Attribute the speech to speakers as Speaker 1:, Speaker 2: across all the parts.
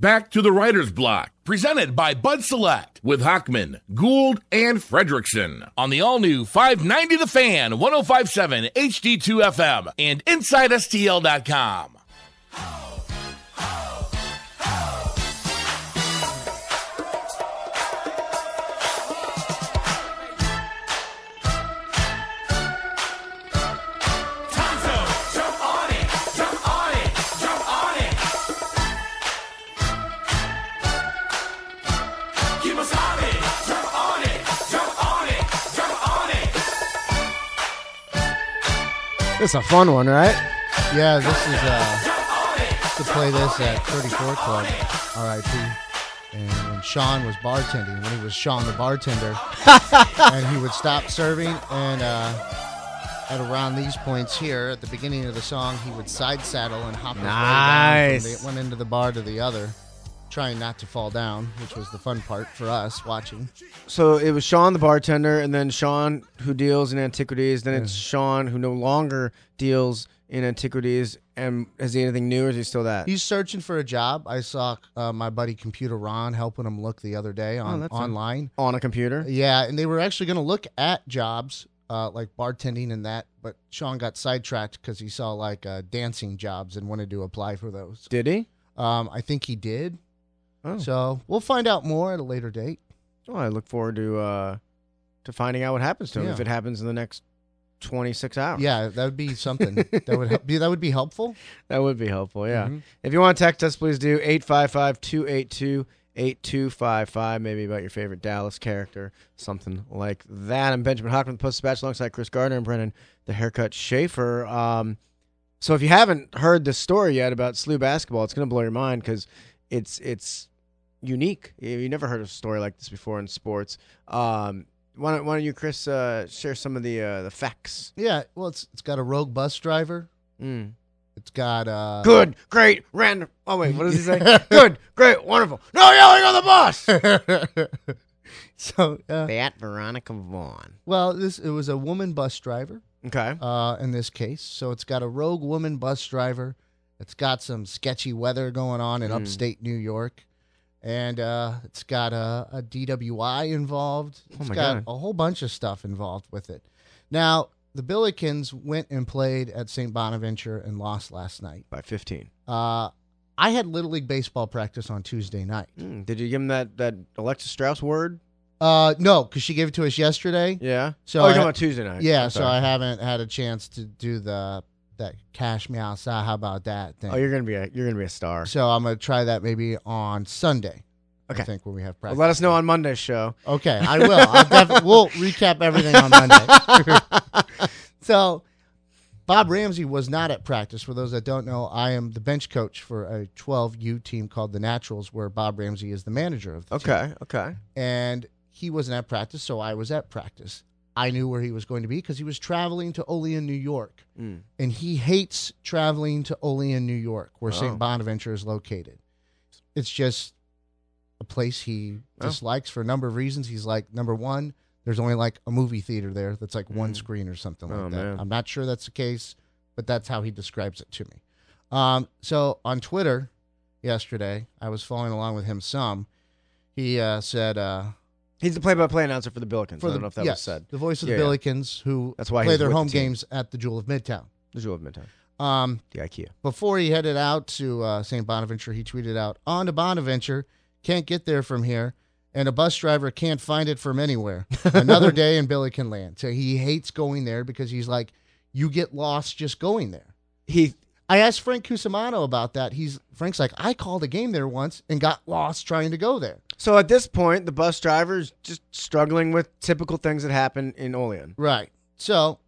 Speaker 1: Back to the writer's block, presented by Bud Select with Hockman, Gould, and Fredrickson on the all new 590 The Fan, 1057 HD2 FM, and InsideSTL.com.
Speaker 2: It's a fun one, right?
Speaker 3: Yeah, this is uh to play this at 34 Club, RIP. And when Sean was bartending, when he was Sean the bartender, and he would stop serving, and uh, at around these points here, at the beginning of the song, he would side saddle and hop his
Speaker 2: Nice.
Speaker 3: way down from the, one end of the bar to the other, trying not to fall down, which was the fun part for us watching.
Speaker 2: So it was Sean the bartender, and then Sean who deals in antiquities. Then it's Sean who no longer deals in antiquities. And has he anything new, or is he still that?
Speaker 3: He's searching for a job. I saw uh, my buddy Computer Ron helping him look the other day on
Speaker 2: Oh, that's a-
Speaker 3: online.
Speaker 2: on a computer.
Speaker 3: Yeah, and they were actually going to look at jobs uh, like bartending and that, but Sean got sidetracked because he saw like uh, dancing jobs and wanted to apply for those.
Speaker 2: Did he?
Speaker 3: Um, I think he did.
Speaker 2: Oh,
Speaker 3: So we'll find out more at a later date.
Speaker 2: Well, I look forward to uh, to finding out what happens to him
Speaker 3: Yeah.
Speaker 2: if it happens in the next twenty six hours.
Speaker 3: Yeah, that would be something that would help, be that would be helpful.
Speaker 2: that would be helpful. Yeah.
Speaker 3: Mhm.
Speaker 2: If you want to text us, please do 855-282-8255. Maybe about your favorite Dallas character, something like that. I'm Benjamin Hockman, the Post Dispatch, alongside Chris Gardner and Brennan, the haircut Schaefer. Um, so if you haven't heard this story yet about SLU basketball, it's going to blow your mind because it's it's unique. You you never heard a story like this before in sports. Um, why don't, why don't you, Chris, uh, share some of the uh, the facts?
Speaker 3: Yeah, well, it's it's got a rogue bus driver.
Speaker 2: Mm.
Speaker 3: It's got uh,
Speaker 2: Uh-huh. Good, great, random. Oh wait, what does he say? Good, great, wonderful. No yelling on the bus.
Speaker 3: so uh,
Speaker 2: That Veronica Vaughn.
Speaker 3: well, this it was a woman bus driver.
Speaker 2: Okay.
Speaker 3: uh, in this case. So it's got a rogue woman bus driver. It's got some sketchy weather going on in
Speaker 2: Hmm.
Speaker 3: upstate New York. And uh, it's got a, a DWI involved.
Speaker 2: Oh
Speaker 3: It's
Speaker 2: my
Speaker 3: got
Speaker 2: God.
Speaker 3: a whole bunch of stuff involved with it. Now, the Billikens went and played at St. Bonaventure and lost last night.
Speaker 2: By fifteen.
Speaker 3: Uh, I had Little League Baseball practice on Tuesday night.
Speaker 2: Mm, did you give him that that Alexis Strauss word?
Speaker 3: Uh, no, because she gave it to us yesterday.
Speaker 2: Yeah.
Speaker 3: So
Speaker 2: oh, you're
Speaker 3: I-
Speaker 2: talking about Tuesday night.
Speaker 3: Yeah,
Speaker 2: I'm
Speaker 3: so
Speaker 2: sorry.
Speaker 3: I haven't had a chance to do the that cash me outside. How about that thing?
Speaker 2: Oh, you're gonna be a you're gonna be a star.
Speaker 3: So I'm gonna try that maybe on Sunday. I
Speaker 2: Okay.
Speaker 3: think when we have
Speaker 2: Well,
Speaker 3: practice.
Speaker 2: let us know on Monday's show.
Speaker 3: Okay, I will. I'll def- we'll recap everything on Monday. so Bob Ramsey was not at practice. For those that don't know, I am the bench coach for a 12U team called the Naturals, where Bob Ramsey is the manager of the team.
Speaker 2: Okay. Okay.
Speaker 3: And he wasn't at practice, so I was at practice. I knew where he was going to be because he was traveling to Olean, New York
Speaker 2: Mm.
Speaker 3: and he hates traveling to Olean, New York, where
Speaker 2: Oh.
Speaker 3: St. Bonaventure is located. It's just a place he
Speaker 2: Oh.
Speaker 3: dislikes for a number of reasons. He's like, number one, there's only like a movie theater there that's like one
Speaker 2: Mm.
Speaker 3: screen or something
Speaker 2: Oh,
Speaker 3: like that.
Speaker 2: man.
Speaker 3: I'm not sure that's the case, but that's how he describes it to me. Um, so on Twitter yesterday, I was following along with him some. He uh, said, uh,
Speaker 2: He's the play-by-play announcer for the Billikens.
Speaker 3: for the,
Speaker 2: I don't know if that was
Speaker 3: yes,
Speaker 2: said.
Speaker 3: the voice of
Speaker 2: Yeah,
Speaker 3: the
Speaker 2: yeah.
Speaker 3: Billikens, who
Speaker 2: That's why
Speaker 3: play
Speaker 2: he's
Speaker 3: their
Speaker 2: with the
Speaker 3: home
Speaker 2: team.
Speaker 3: games at the Jewel of Midtown.
Speaker 2: The Jewel of Midtown.
Speaker 3: Um,
Speaker 2: The IKEA.
Speaker 3: before he headed out to uh, St. Bonaventure, he tweeted out, On to Bonaventure, can't get there from here, and a bus driver can't find it from anywhere. Another day in Billy can land. So he hates going there because he's like, You get lost just going there.
Speaker 2: He.
Speaker 3: I asked Frank Cusimano about that. He's Frank's like, I called a game there once and got lost trying to go there.
Speaker 2: So at this point, the bus driver's just struggling with typical things that happen in Olean.
Speaker 3: Right. So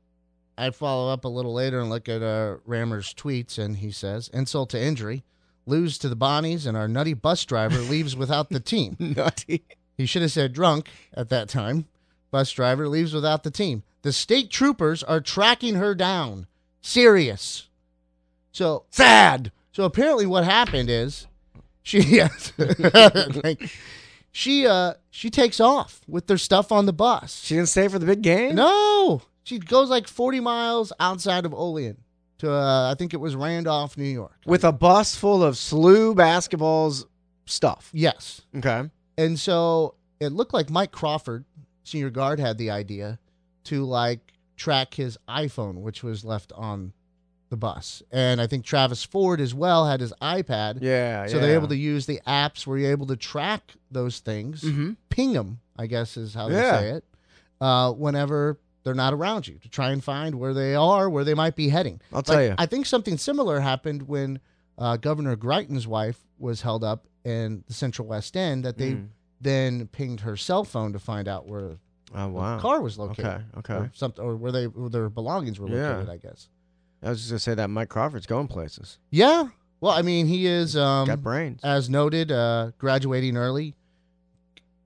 Speaker 3: I follow up a little later and look at uh, Rammer's tweets, and he says, Insult to injury, lose to the Bonnies, and our nutty bus driver leaves without the team.
Speaker 2: Nutty.
Speaker 3: He should have said drunk at that time. Bus driver leaves without the team. The state troopers are tracking her down. Serious. So sad. So apparently, what happened is she yes, Like, she uh she takes off with their stuff on the bus.
Speaker 2: She didn't stay for the big game.
Speaker 3: no, she goes like forty miles outside of Olean to uh, I think it was Randolph, New York.
Speaker 2: with a bus full of SLU basketballs stuff.
Speaker 3: Yes.
Speaker 2: Okay.
Speaker 3: And so it looked like Mike Crawford, senior guard, had the idea to like track his iPhone, which was left on the bus. And I think Travis Ford as well had his iPad.
Speaker 2: Yeah.
Speaker 3: So they're able to use the apps where you're able to track those things,
Speaker 2: hmm
Speaker 3: ping them, I guess is how
Speaker 2: Yeah.
Speaker 3: they say it, uh, whenever they're not around you to try and find where they are, where they might be heading.
Speaker 2: I'll tell
Speaker 3: Like,
Speaker 2: you.
Speaker 3: I think something similar happened when uh, Governor Greitens' wife was held up in the Central West End. That they
Speaker 2: Mm.
Speaker 3: then pinged her cell phone to find out where
Speaker 2: Oh wow.
Speaker 3: the car was located,
Speaker 2: okay. Okay.
Speaker 3: or something, or where they where their belongings were
Speaker 2: Yeah.
Speaker 3: located. I guess.
Speaker 2: I was just gonna say that Mike Crawford's going places.
Speaker 3: Yeah. Well, I mean, he is,
Speaker 2: Got
Speaker 3: um,
Speaker 2: brains.
Speaker 3: as noted, uh, graduating early.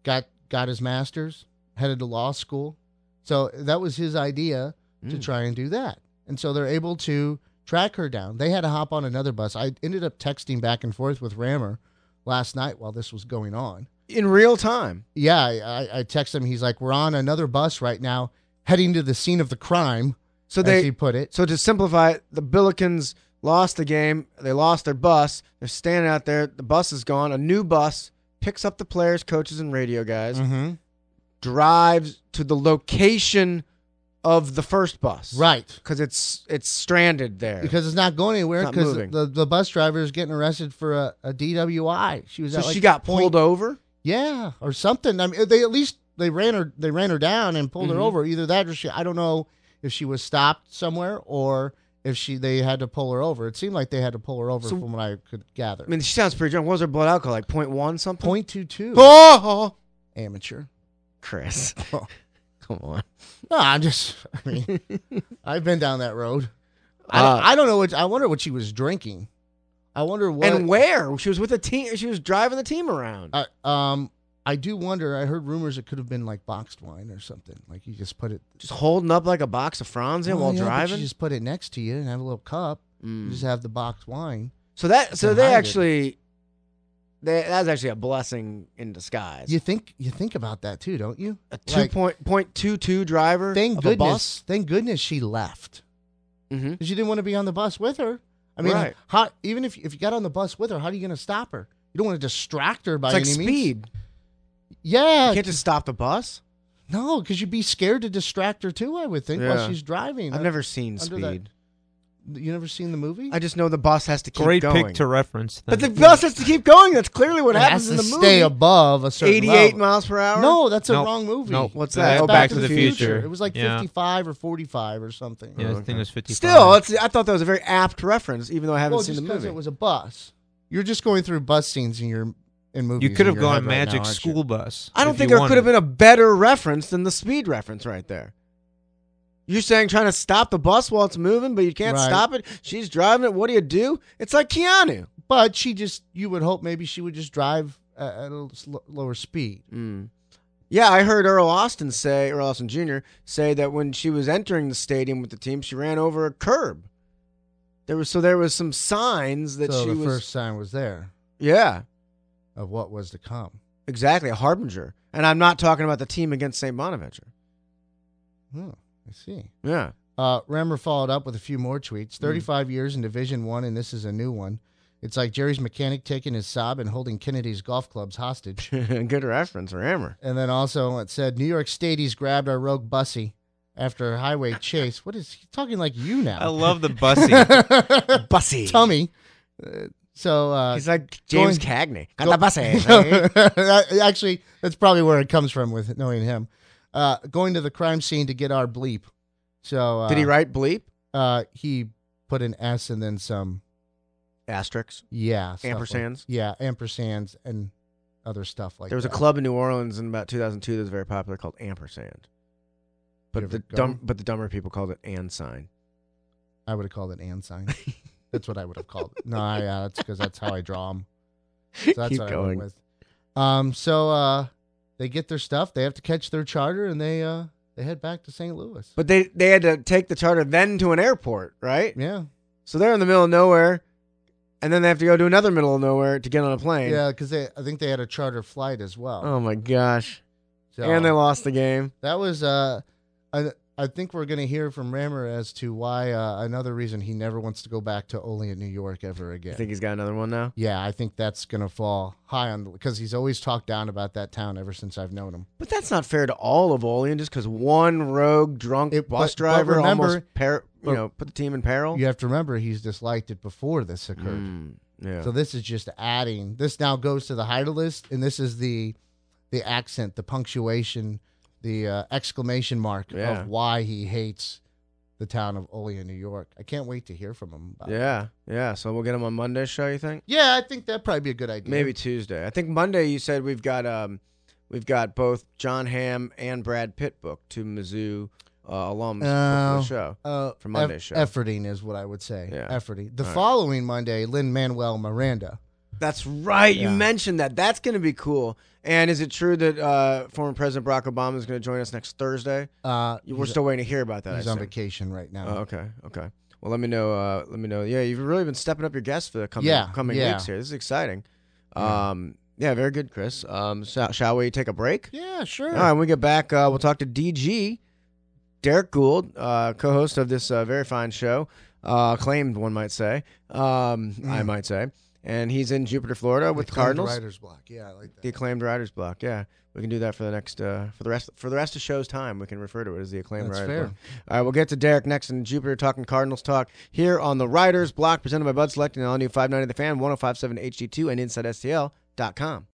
Speaker 3: Got got his master's, headed to law school. So that was his idea. to
Speaker 2: Mm.
Speaker 3: try and do that. And so they're able to track her down. They had to hop on another bus. I ended up texting back and forth with Rammer last night while this was going on.
Speaker 2: in real time.
Speaker 3: Yeah, I, I, I text him. He's like, "We're on another bus right now, heading to the scene of the crime,"
Speaker 2: So
Speaker 3: as he
Speaker 2: they.
Speaker 3: put it.
Speaker 2: So to simplify, it, the Billikens lost the game. They lost their bus. They're standing out there. The bus is gone. A new bus picks up the players, coaches, and radio guys.
Speaker 3: Mm-hmm.
Speaker 2: Drives to the location of the first bus.
Speaker 3: Right,
Speaker 2: Because it's it's stranded there.
Speaker 3: because it's not going anywhere.
Speaker 2: Not
Speaker 3: Because
Speaker 2: moving.
Speaker 3: the, the bus driver is getting arrested for a, a DWI. She was
Speaker 2: so
Speaker 3: at like
Speaker 2: she got
Speaker 3: point-
Speaker 2: pulled over.
Speaker 3: Yeah, or something. I mean, they at least they ran her they ran her down and pulled her
Speaker 2: Mhm.
Speaker 3: over. Either that or she I don't know if she was stopped somewhere or if she they had to pull her over. It seemed like they had to pull her over
Speaker 2: So-
Speaker 3: from what I could gather.
Speaker 2: I mean, she sounds pretty drunk. What was her blood alcohol like? Point one something.
Speaker 3: Point two two
Speaker 2: Oh,
Speaker 3: amateur.
Speaker 2: Chris. Come on.
Speaker 3: No, I'm just. I mean, I've been down that road.
Speaker 2: Uh,
Speaker 3: I, I don't know what. I wonder what she was drinking. I wonder what.
Speaker 2: And where? She was with a team. She was driving the team around.
Speaker 3: I, um, I do wonder. I heard rumors it could have been like boxed wine or something. Like you just put it.
Speaker 2: just holding up like a box of Franzia
Speaker 3: Well,
Speaker 2: while
Speaker 3: Oh, yeah, but
Speaker 2: driving.
Speaker 3: You just put it next to you and have a little cup. You
Speaker 2: Mm.
Speaker 3: just have the boxed wine.
Speaker 2: so that so
Speaker 3: to
Speaker 2: they
Speaker 3: hide it.
Speaker 2: actually they, that was actually a blessing in disguise.
Speaker 3: You think you think about that too, don't you?
Speaker 2: a two point point two two driver.
Speaker 3: Thank
Speaker 2: of a
Speaker 3: goodness. Mm-hmm.
Speaker 2: bus?
Speaker 3: Thank goodness she left
Speaker 2: hmm
Speaker 3: because you didn't want to be on the bus with her. I mean,
Speaker 2: Right.
Speaker 3: how, even if if you got on the bus with her, how are you going to stop her? You don't want to distract her by
Speaker 2: It's like
Speaker 3: any means.
Speaker 2: speed. You
Speaker 3: Yeah,
Speaker 2: can't just stop the bus.
Speaker 3: no, because you'd be scared to distract her too. I would think
Speaker 2: Yeah.
Speaker 3: while she's driving.
Speaker 2: I've never seen
Speaker 3: under that-
Speaker 2: speed.
Speaker 3: You never seen the movie?
Speaker 2: I just know the bus has to keep
Speaker 4: Great
Speaker 2: going.
Speaker 4: pick to reference.
Speaker 2: but the
Speaker 4: then.
Speaker 2: bus has to keep going. That's clearly what
Speaker 3: It
Speaker 2: happens
Speaker 3: has
Speaker 2: in
Speaker 3: to
Speaker 2: the movie.
Speaker 3: Stay above a certain
Speaker 2: 88
Speaker 3: level.
Speaker 2: miles per hour.
Speaker 3: No, that's a
Speaker 4: Nope.
Speaker 3: wrong movie.
Speaker 4: Nope.
Speaker 2: What's
Speaker 4: That's
Speaker 2: that? Oh,
Speaker 4: Back,
Speaker 2: Back
Speaker 4: to,
Speaker 2: to
Speaker 4: the,
Speaker 2: the
Speaker 4: Future.
Speaker 3: It was like
Speaker 4: yeah.
Speaker 3: 55 or 45 or something.
Speaker 4: Yeah, I
Speaker 2: Okay.
Speaker 4: think it was 55.
Speaker 2: Still, that's, I thought that was a very apt reference, even though I haven't
Speaker 3: well,
Speaker 2: seen
Speaker 3: just
Speaker 2: the
Speaker 3: because it
Speaker 2: movie.
Speaker 3: was a bus. You're just going through bus scenes in your in movies.
Speaker 4: you could have
Speaker 3: in your
Speaker 4: gone
Speaker 3: head right
Speaker 4: Magic
Speaker 3: now, aren't you?
Speaker 4: School Bus.
Speaker 2: I don't think there could have been a better reference than the speed reference right there. You're saying trying to stop the bus while it's moving, but you can't
Speaker 3: Right.
Speaker 2: stop it. She's driving it. What do you do? It's like Keanu.
Speaker 3: But she just you would hope maybe she would just drive a- at a l- sl- lower speed.
Speaker 2: Yeah, I heard Earl Austin say, Earl Austin Jr. say that when she was entering the stadium with the team, she ran over a curb. There was so there was some signs that
Speaker 3: so
Speaker 2: she
Speaker 3: the
Speaker 2: was
Speaker 3: first sign was there
Speaker 2: yeah
Speaker 3: of what was to come.
Speaker 2: exactly a harbinger. And I'm not talking about the team against St. Bonaventure.
Speaker 3: Hmm, I see.
Speaker 2: Yeah,
Speaker 3: Uh, Remmer followed up with a few more tweets.
Speaker 2: Hmm.
Speaker 3: Thirty-five years in Division One, and this is a new one. It's like Jerry's mechanic taking his sob and holding Kennedy's golf clubs hostage.
Speaker 2: good reference, Rammer.
Speaker 3: and then also it said New York Stadies grabbed our rogue bussy after a highway chase. What is he talking like you now?
Speaker 4: I love the bussy.
Speaker 2: Bussy.
Speaker 3: tummy. Uh, so uh,
Speaker 2: He's like James
Speaker 3: going-
Speaker 2: Cagney. Got
Speaker 3: go-
Speaker 2: the bus, eh?
Speaker 3: That- actually, that's probably where it comes from with knowing him. Uh, going to the crime scene to get our bleep. So uh,
Speaker 2: Did he write bleep?
Speaker 3: Uh, he put an S and then some.
Speaker 2: Asterisks.
Speaker 3: Yeah, stuff like-
Speaker 2: Ampersands?
Speaker 3: yeah, ampersands and other stuff like.
Speaker 2: there was a
Speaker 3: that.
Speaker 2: club in New Orleans in about 2002 that was very popular called Ampersand.
Speaker 3: You
Speaker 2: But
Speaker 3: ever
Speaker 2: the
Speaker 3: go?
Speaker 2: dumb, but the dumber people called it and sign.
Speaker 3: I would have called it and sign. that's what I would have called. It. No, I, uh, that's because that's how I draw them. So that's
Speaker 2: Keep
Speaker 3: what I
Speaker 2: going.
Speaker 3: went with. Um, so uh, they get their stuff. They have to catch their charter, and they uh, they head back to St. Louis.
Speaker 2: But they they had to take the charter then to an airport, right?
Speaker 3: yeah,
Speaker 2: So they're in the middle of nowhere, and then they have to go to another middle of nowhere to get on a plane.
Speaker 3: yeah, because they I think they had a charter
Speaker 2: Um,
Speaker 3: flight as well.
Speaker 2: Oh my gosh!
Speaker 3: So
Speaker 2: And they lost the game.
Speaker 3: that was uh, a, I think we're going to hear from Rammer as to why uh, another reason he never wants to go back to Olean, New York ever
Speaker 2: You
Speaker 3: again.
Speaker 2: think he's got another one now?
Speaker 3: yeah, I think that's going to fall high on because he's always talked down about that town ever since I've known him.
Speaker 2: But that's not fair to all of Olean just because one rogue drunk
Speaker 3: It-
Speaker 2: bus
Speaker 3: but- but
Speaker 2: driver
Speaker 3: remember-
Speaker 2: almost per-
Speaker 3: but-
Speaker 2: you know put the team in peril.
Speaker 3: You have to remember he's disliked it before this occurred.
Speaker 2: Mm, yeah.
Speaker 3: So this is just adding. This now goes to the height list, and this is the the accent, the punctuation, the uh, exclamation mark
Speaker 2: Yeah.
Speaker 3: of why he hates the town of Olean, New York. I can't wait to hear from him. About It.
Speaker 2: yeah, yeah. So we'll get him on Monday's show. You think?
Speaker 3: Yeah, I think that'd probably be a good idea.
Speaker 2: Maybe Tuesday. I think Monday. You said we've got um, we've got both John Hamm and Brad Pitt booked two Mizzou uh, alums
Speaker 3: Oh.
Speaker 2: for the show.
Speaker 3: uh,
Speaker 2: For Monday's show.
Speaker 3: Efforting is what I would say.
Speaker 2: Yeah.
Speaker 3: Efforting. The
Speaker 2: All right.
Speaker 3: following Monday, Lynn Manuel Miranda.
Speaker 2: That's right.
Speaker 3: Yeah.
Speaker 2: You mentioned that. That's going to be cool. And is it true that uh, former President Barack Obama is going to join us next Thursday?
Speaker 3: Uh,
Speaker 2: We're
Speaker 3: he's-
Speaker 2: still waiting to hear about that. I
Speaker 3: he's on
Speaker 2: assume.
Speaker 3: vacation right now.
Speaker 2: Oh, okay. Okay. Well, let me know. Uh, let me know. Yeah, you've really been stepping up your guests for the coming
Speaker 3: Yeah,
Speaker 2: coming
Speaker 3: yeah.
Speaker 2: weeks here. This is exciting.
Speaker 3: Yeah.
Speaker 2: Um, yeah, very good, Chris. Um, so, shall we take a break?
Speaker 3: yeah, sure.
Speaker 2: All right. When we get back, uh, we'll talk to DG, Derek Gould, uh, co-host of this uh, very fine show, uh, acclaimed one might say, um, I
Speaker 3: Mm.
Speaker 2: might say, and he's in Jupiter, Florida, with the
Speaker 3: Acclaimed
Speaker 2: Cardinals.
Speaker 3: Writer's block. Yeah, I like that.
Speaker 2: The acclaimed writers block. Yeah, we can do that for the next uh, for the rest for the rest of show's time. We can refer to it as the acclaimed
Speaker 3: That's
Speaker 2: writers
Speaker 3: fair.
Speaker 2: block. All right, we'll get to Derek next in Jupiter talking Cardinals talk here on the oh Writers Block presented by Bud Select and all new 590 The Fan 1057 HD2 and InsideSTL.com.